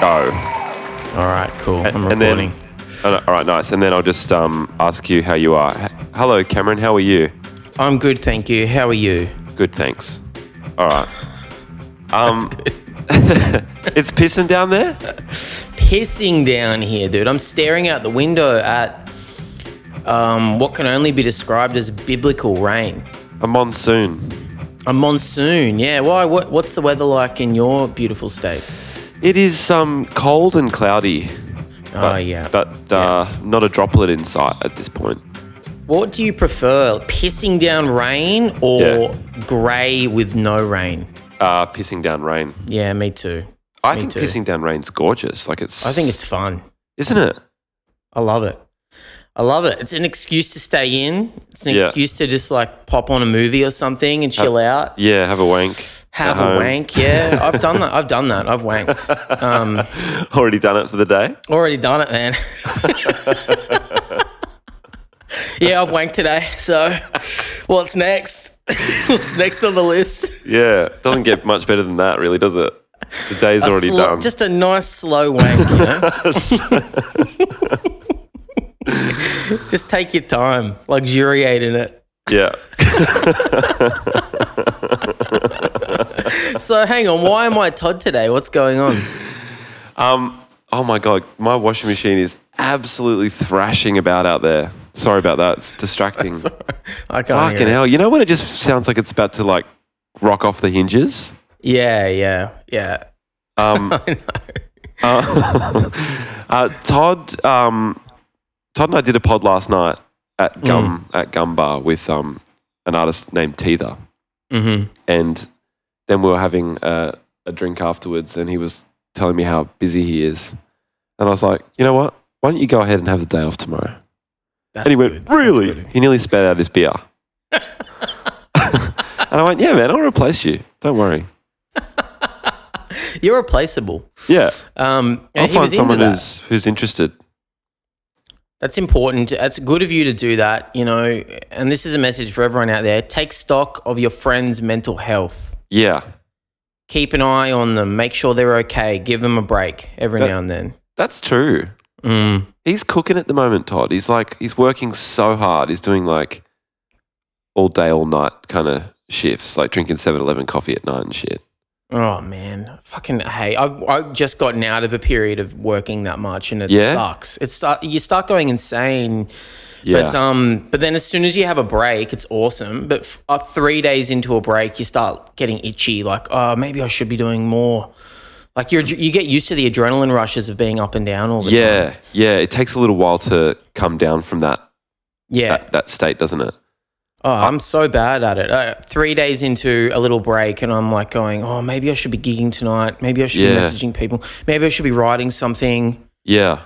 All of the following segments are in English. go. All right, cool. And- I'm and then- recording. Uh, all right, nice. And then I'll just um, ask you how you are. H- Hello, Cameron. How are you? I'm good, thank you. How are you? Good, thanks. All right. Um, it's pissing down there. Pissing down here, dude. I'm staring out the window at um, what can only be described as biblical rain. A monsoon. A monsoon, yeah. Why? What, what's the weather like in your beautiful state? It is um, cold and cloudy. oh yeah. But uh, not a droplet in sight at this point. what do you prefer, pissing down rain or Yeah. grey with no rain? Uh, pissing down rain. Yeah, me too. I Me think too. pissing down rain's gorgeous. Like it's. I think it's fun. Isn't it? I love it. I love it. It's an excuse to stay in. It's an Yeah. excuse to just like pop on a movie or something and chill out. Yeah. Have a wank. Have at a home. wank. Yeah, I've done that. I've done that. I've wanked. Um, Already done it for the day. already done it, man. yeah, I've wanked today. So, what's next? what's next on the list? Yeah. Doesn't get much better than that, really, does it? The day's already Slow- done. Just a nice slow wank. You know? just take your time, luxuriate in it. yeah. So, hang on. Why am I Todd today? What's going on? Um. Oh my god, my washing machine is absolutely thrashing about out there. Sorry about that. It's distracting. I can't hear Fucking it. hell. You know when it just sounds like it's about to like rock off the hinges? Yeah, yeah, yeah. Um, uh, uh, Todd, um, Todd and I did a pod last night at Mm. Gum at Gum Bar with um, an artist named Teether, Mm-hmm. and then we were having a, a drink afterwards, and he was telling me how busy he is, and I was like, you know what? Why don't you go ahead and have the day off tomorrow? That's and he went, really? He nearly spat out his beer. and I went, yeah, man, I'll replace you. Don't worry. You're replaceable. Yeah, Um, I'll and he was find into someone that. who's who's interested. That's important. That's good of you to do that, you know. And this is a message for everyone out there. Take stock of your friend's mental health. Yeah, Keep an eye on them. Make sure they're okay. Give them a break every That- now and then. that's true. Mm. He's cooking at the moment, Todd. He's like he's working so hard. He's doing like all day, all night kind of shifts, like drinking 7-Eleven coffee at night and shit. Oh man, fucking hey! I've, I've just gotten out of a period of working that much, and it Yeah? sucks. It start you start going insane. Yeah, But um, but then as soon as you have a break, it's awesome. But f- uh, three days into a break, you start getting itchy. Like, oh, maybe I should be doing more. Like you're, you get used to the adrenaline rushes of being up and down all the time. yeah, yeah. It takes a little while to come down from that Yeah. that, that state, doesn't it? oh, I'm so bad at it. Uh, three days into a little break, and I'm like going, oh, maybe I should be gigging tonight. Maybe I should Yeah. be messaging people. Maybe I should be writing something. Yeah.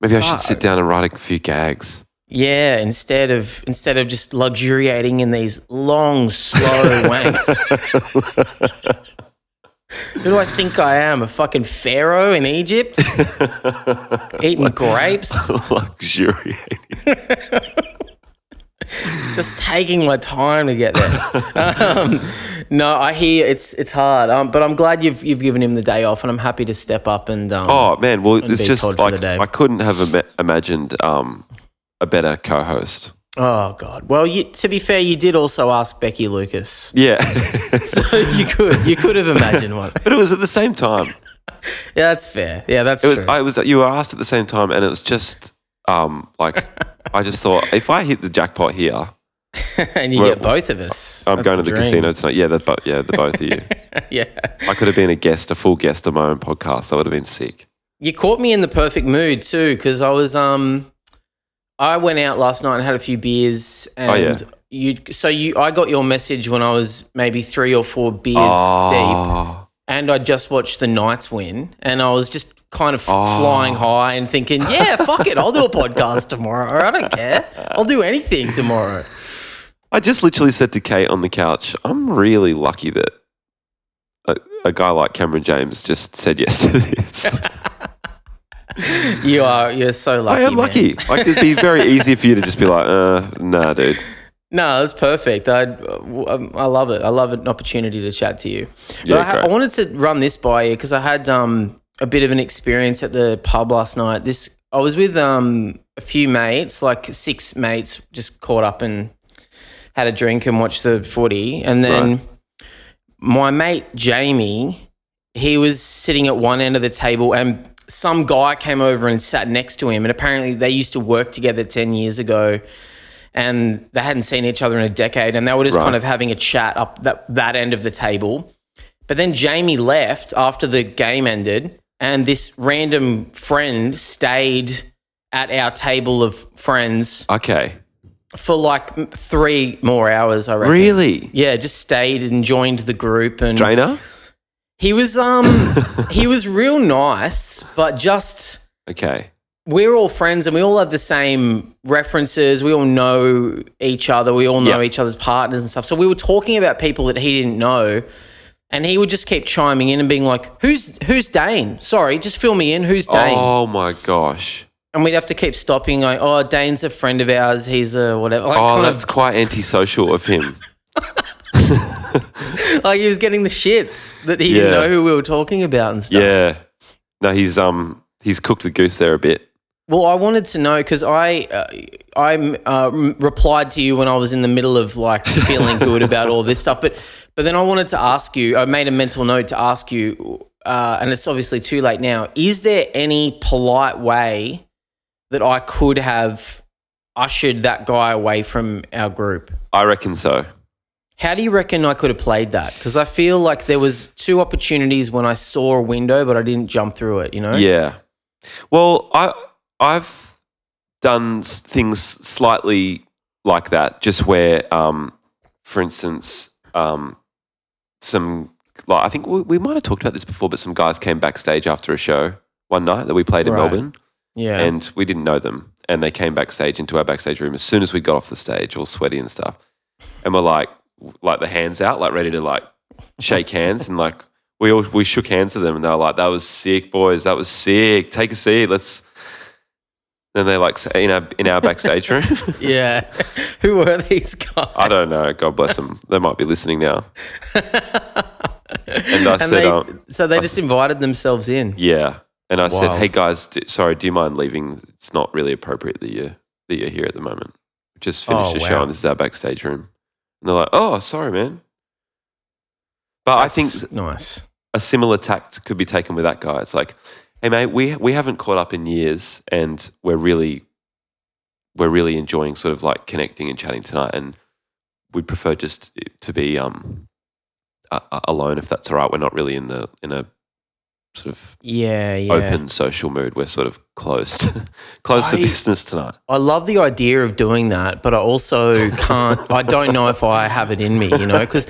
Maybe I should So- sit down and write a few gags. Yeah, instead of instead of just luxuriating in these long, slow wanks. Who do I think I am? A fucking pharaoh in Egypt? Eating grapes? Luxuriating. Just taking my time to get there. um, no, I hear it's it's hard, um, but I'm glad you've you've given him the day off, and I'm happy to step up and um, Oh man, well it's be just Todd for the like day. I couldn't have ima- imagined um, a better co-host. oh god. Well, you, to be fair, you did also ask Becky Lucas, Yeah, so you could you could have imagined one. but it was at the same time. Yeah, that's fair. Yeah, that's It was true. I was you were asked at the same time, and it was just um, like I just thought if I hit the jackpot here, and you Well, get both of us. I'm That's going to the dream. casino tonight. Yeah, the both yeah the both of you. yeah. I could have been a guest, a full guest of my own podcast. That would have been sick. You caught me in the perfect mood too, because I was um, I went out last night and had a few beers, and Oh, yeah. you. So you, I got your message when I was maybe three or four beers deep, Oh, and I just watched the Knights win, and I was just kind of Oh. flying high and thinking, yeah, fuck it, I'll do a podcast tomorrow. I don't care. I'll do anything tomorrow. I just literally said to Kate on the couch, I'm really lucky that a, a guy like Cameron James just said yes to this. You are you're so lucky. I am man. lucky. Like, it'd be very easy for you to just be like, uh, nah, dude. No, that's perfect. I um, I love it. I love an opportunity to chat to you. But Yeah, I, ha- great. I wanted to run this by you because I had um a bit of an experience at the pub last night. This I was with um, a few mates, like six mates, just caught up and had a drink and watched the footy. And then my mate Jamie, he was sitting at one end of the table, and some guy came over and sat next to him. And apparently, they used to work together ten years ago. And they hadn't seen each other in a decade, and they were just Right. kind of having a chat up that, that end of the table. But then Jamie left after the game ended, and this random friend stayed at our table of friends Okay. for like m- three more hours. I reckon. Really? Yeah, just stayed and joined the group, and Drainer? he was um he was real nice, but just Okay. we're all friends and we all have the same references. We all know each other. We all know Yeah. each other's partners and stuff. So we were talking about people that he didn't know, and he would just keep chiming in and being like, "Who's who's Dane? Sorry, just fill me in. Who's Dane?" Oh my gosh. And we'd have to keep stopping. Like, "Oh, Dane's a friend of ours. He's a whatever." Like, Oh, kind that's quite antisocial of him. of, like he was getting the shits that he didn't Yeah. know who we were talking about and stuff. Yeah. No, he's um he's cooked the goose there a bit. Well, I wanted to know because I uh, I uh, m- replied to you when I was in the middle of like feeling good about all this stuff, but but then I wanted to ask you. I made a mental note to ask you, uh, and it's obviously too late now. Is there any polite way that I could have ushered that guy away from our group? I reckon so. How do you reckon I could have played that? Because I feel like there was two opportunities when I saw a window, but I didn't jump through it. You know? Yeah. Well, I I've done s- things slightly like that, just where, um, for instance, um, some like I think we, we might have talked about this before, but some guys came backstage after a show one night that we played in Right. Melbourne, Yeah. and we didn't know them, and they came backstage into our backstage room as soon as we got off the stage, all sweaty and stuff, and we're like, like the hands out, like ready to like shake hands and like we all we shook hands with them and they were like that was sick boys that was sick take a seat let's then they like say in our in our backstage room yeah. Who were these guys? I don't know God bless them they might be listening now and I said, they, um, so they just invited themselves in. yeah and I said Wild. hey guys do, sorry do you mind leaving it's not really appropriate that you that you're here at the moment we just finished Oh, the wow. show and this is our backstage room and they're like oh sorry man but I think That's nice. a similar tact could be taken with that guy. It's like, hey mate, we we haven't caught up in years, and we're really we're really enjoying sort of like connecting and chatting tonight, and we'd prefer just to be um a- a- alone if that's all right. We're not really in the in a sort of Yeah, yeah. open social mood. We're sort of closed closed I- for business tonight. I love the idea of doing that, but I also can't. I don't know if I have it in me, you know, because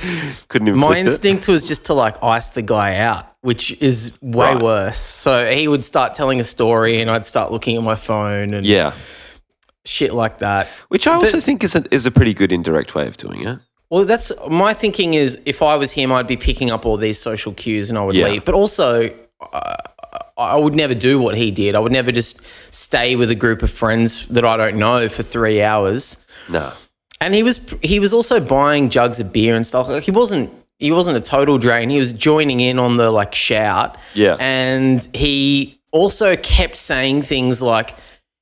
Couldn't even my instinct was just to like ice the guy out, which is way Right. worse. So he would start telling a story, and I'd start looking at my phone and Yeah, shit like that. which I also think is a, is a pretty good indirect way of doing it. Well, that's my thinking is if I was him, I'd be picking up all these social cues and I would Yeah. leave. But also, uh, I would never do what he did. I would never just stay with a group of friends that I don't know for three hours. No, And he was he was also buying jugs of beer and stuff. Like he wasn't he wasn't a total drain. He was joining in on the like shout. Yeah. And he also kept saying things like,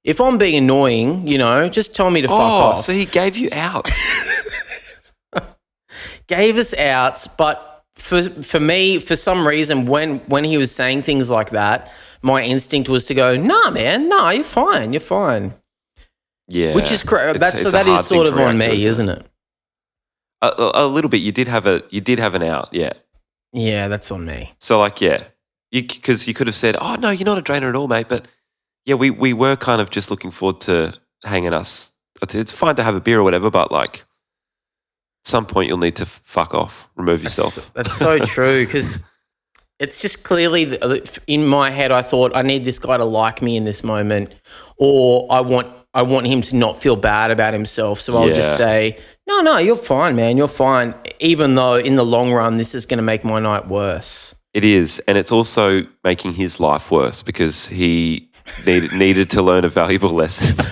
"If I'm being annoying, you know, just tell me to fuck oh, off." so he gave you out. gave us outs, but for for me, for some reason, when when he was saying things like that, my instinct was to go, "Nah, man, nah, you're fine, you're fine," yeah, which is correct. It's- That's it's so a that hard is thing sort to of on react to, me, isn't it? isn't it? A, a, a little bit. You did have a you did have an out, yeah. Yeah, that's on me. So like, yeah, you because you could have said, "Oh no, you're not a drainer at all, mate." But yeah, we we were kind of just looking forward to hanging us. It's, it's fine to have a beer or whatever, but like, some point you'll need to f- fuck off, remove yourself. That's so true because it's just clearly the, in my head. I thought I need this guy to like me in this moment, or I want I want him to not feel bad about himself. So I'll Yeah. just say, "No, no, you're fine, man. You're fine." Even though in the long run, this is going to make my night worse. It is, and it's also making his life worse because he needed needed to learn a valuable lesson,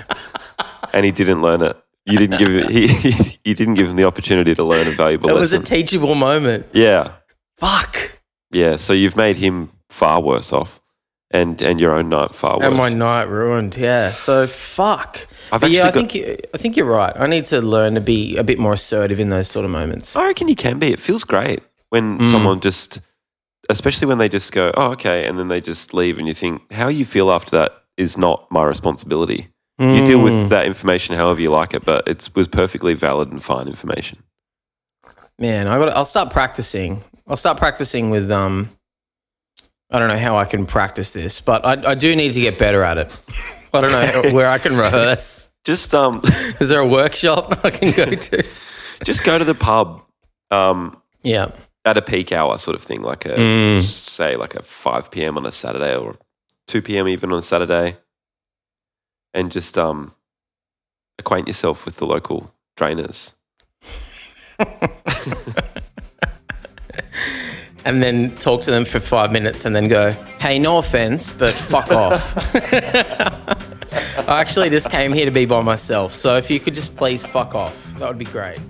and he didn't learn it. You didn't give him, he, he, you didn't give him the opportunity to learn a valuable It was lesson. a teachable moment. yeah. Fuck. Yeah, so you've made him far worse off. and and your own night far worse. And my night ruined. Yeah. So fuck. I've But yeah, I actually think you, I think you're right. I need to learn to be a bit more assertive in those sort of moments. I reckon you can be. It feels great when someone just, especially when they just go, "Oh, okay," and then they just leave, and you think, "How you feel after that is not my responsibility." You deal with that information however you like it, but it was perfectly valid and fine information. Man, I got. I'll start practicing. I'll start practicing with um. I don't know how I can practice this, but I, I do need to get better at it. I don't know where I can rehearse. Just um, Is there a workshop I can go to? just go to the pub. Um, Yeah. at a peak hour sort of thing, like a Mm. say like a five PM on a Saturday or two PM even on a Saturday. And just um acquaint yourself with the local drainers. And then talk to them for five minutes and then go, hey, no offense, but fuck off. I actually just came here to be by myself. So if you could just please fuck off, that would be great.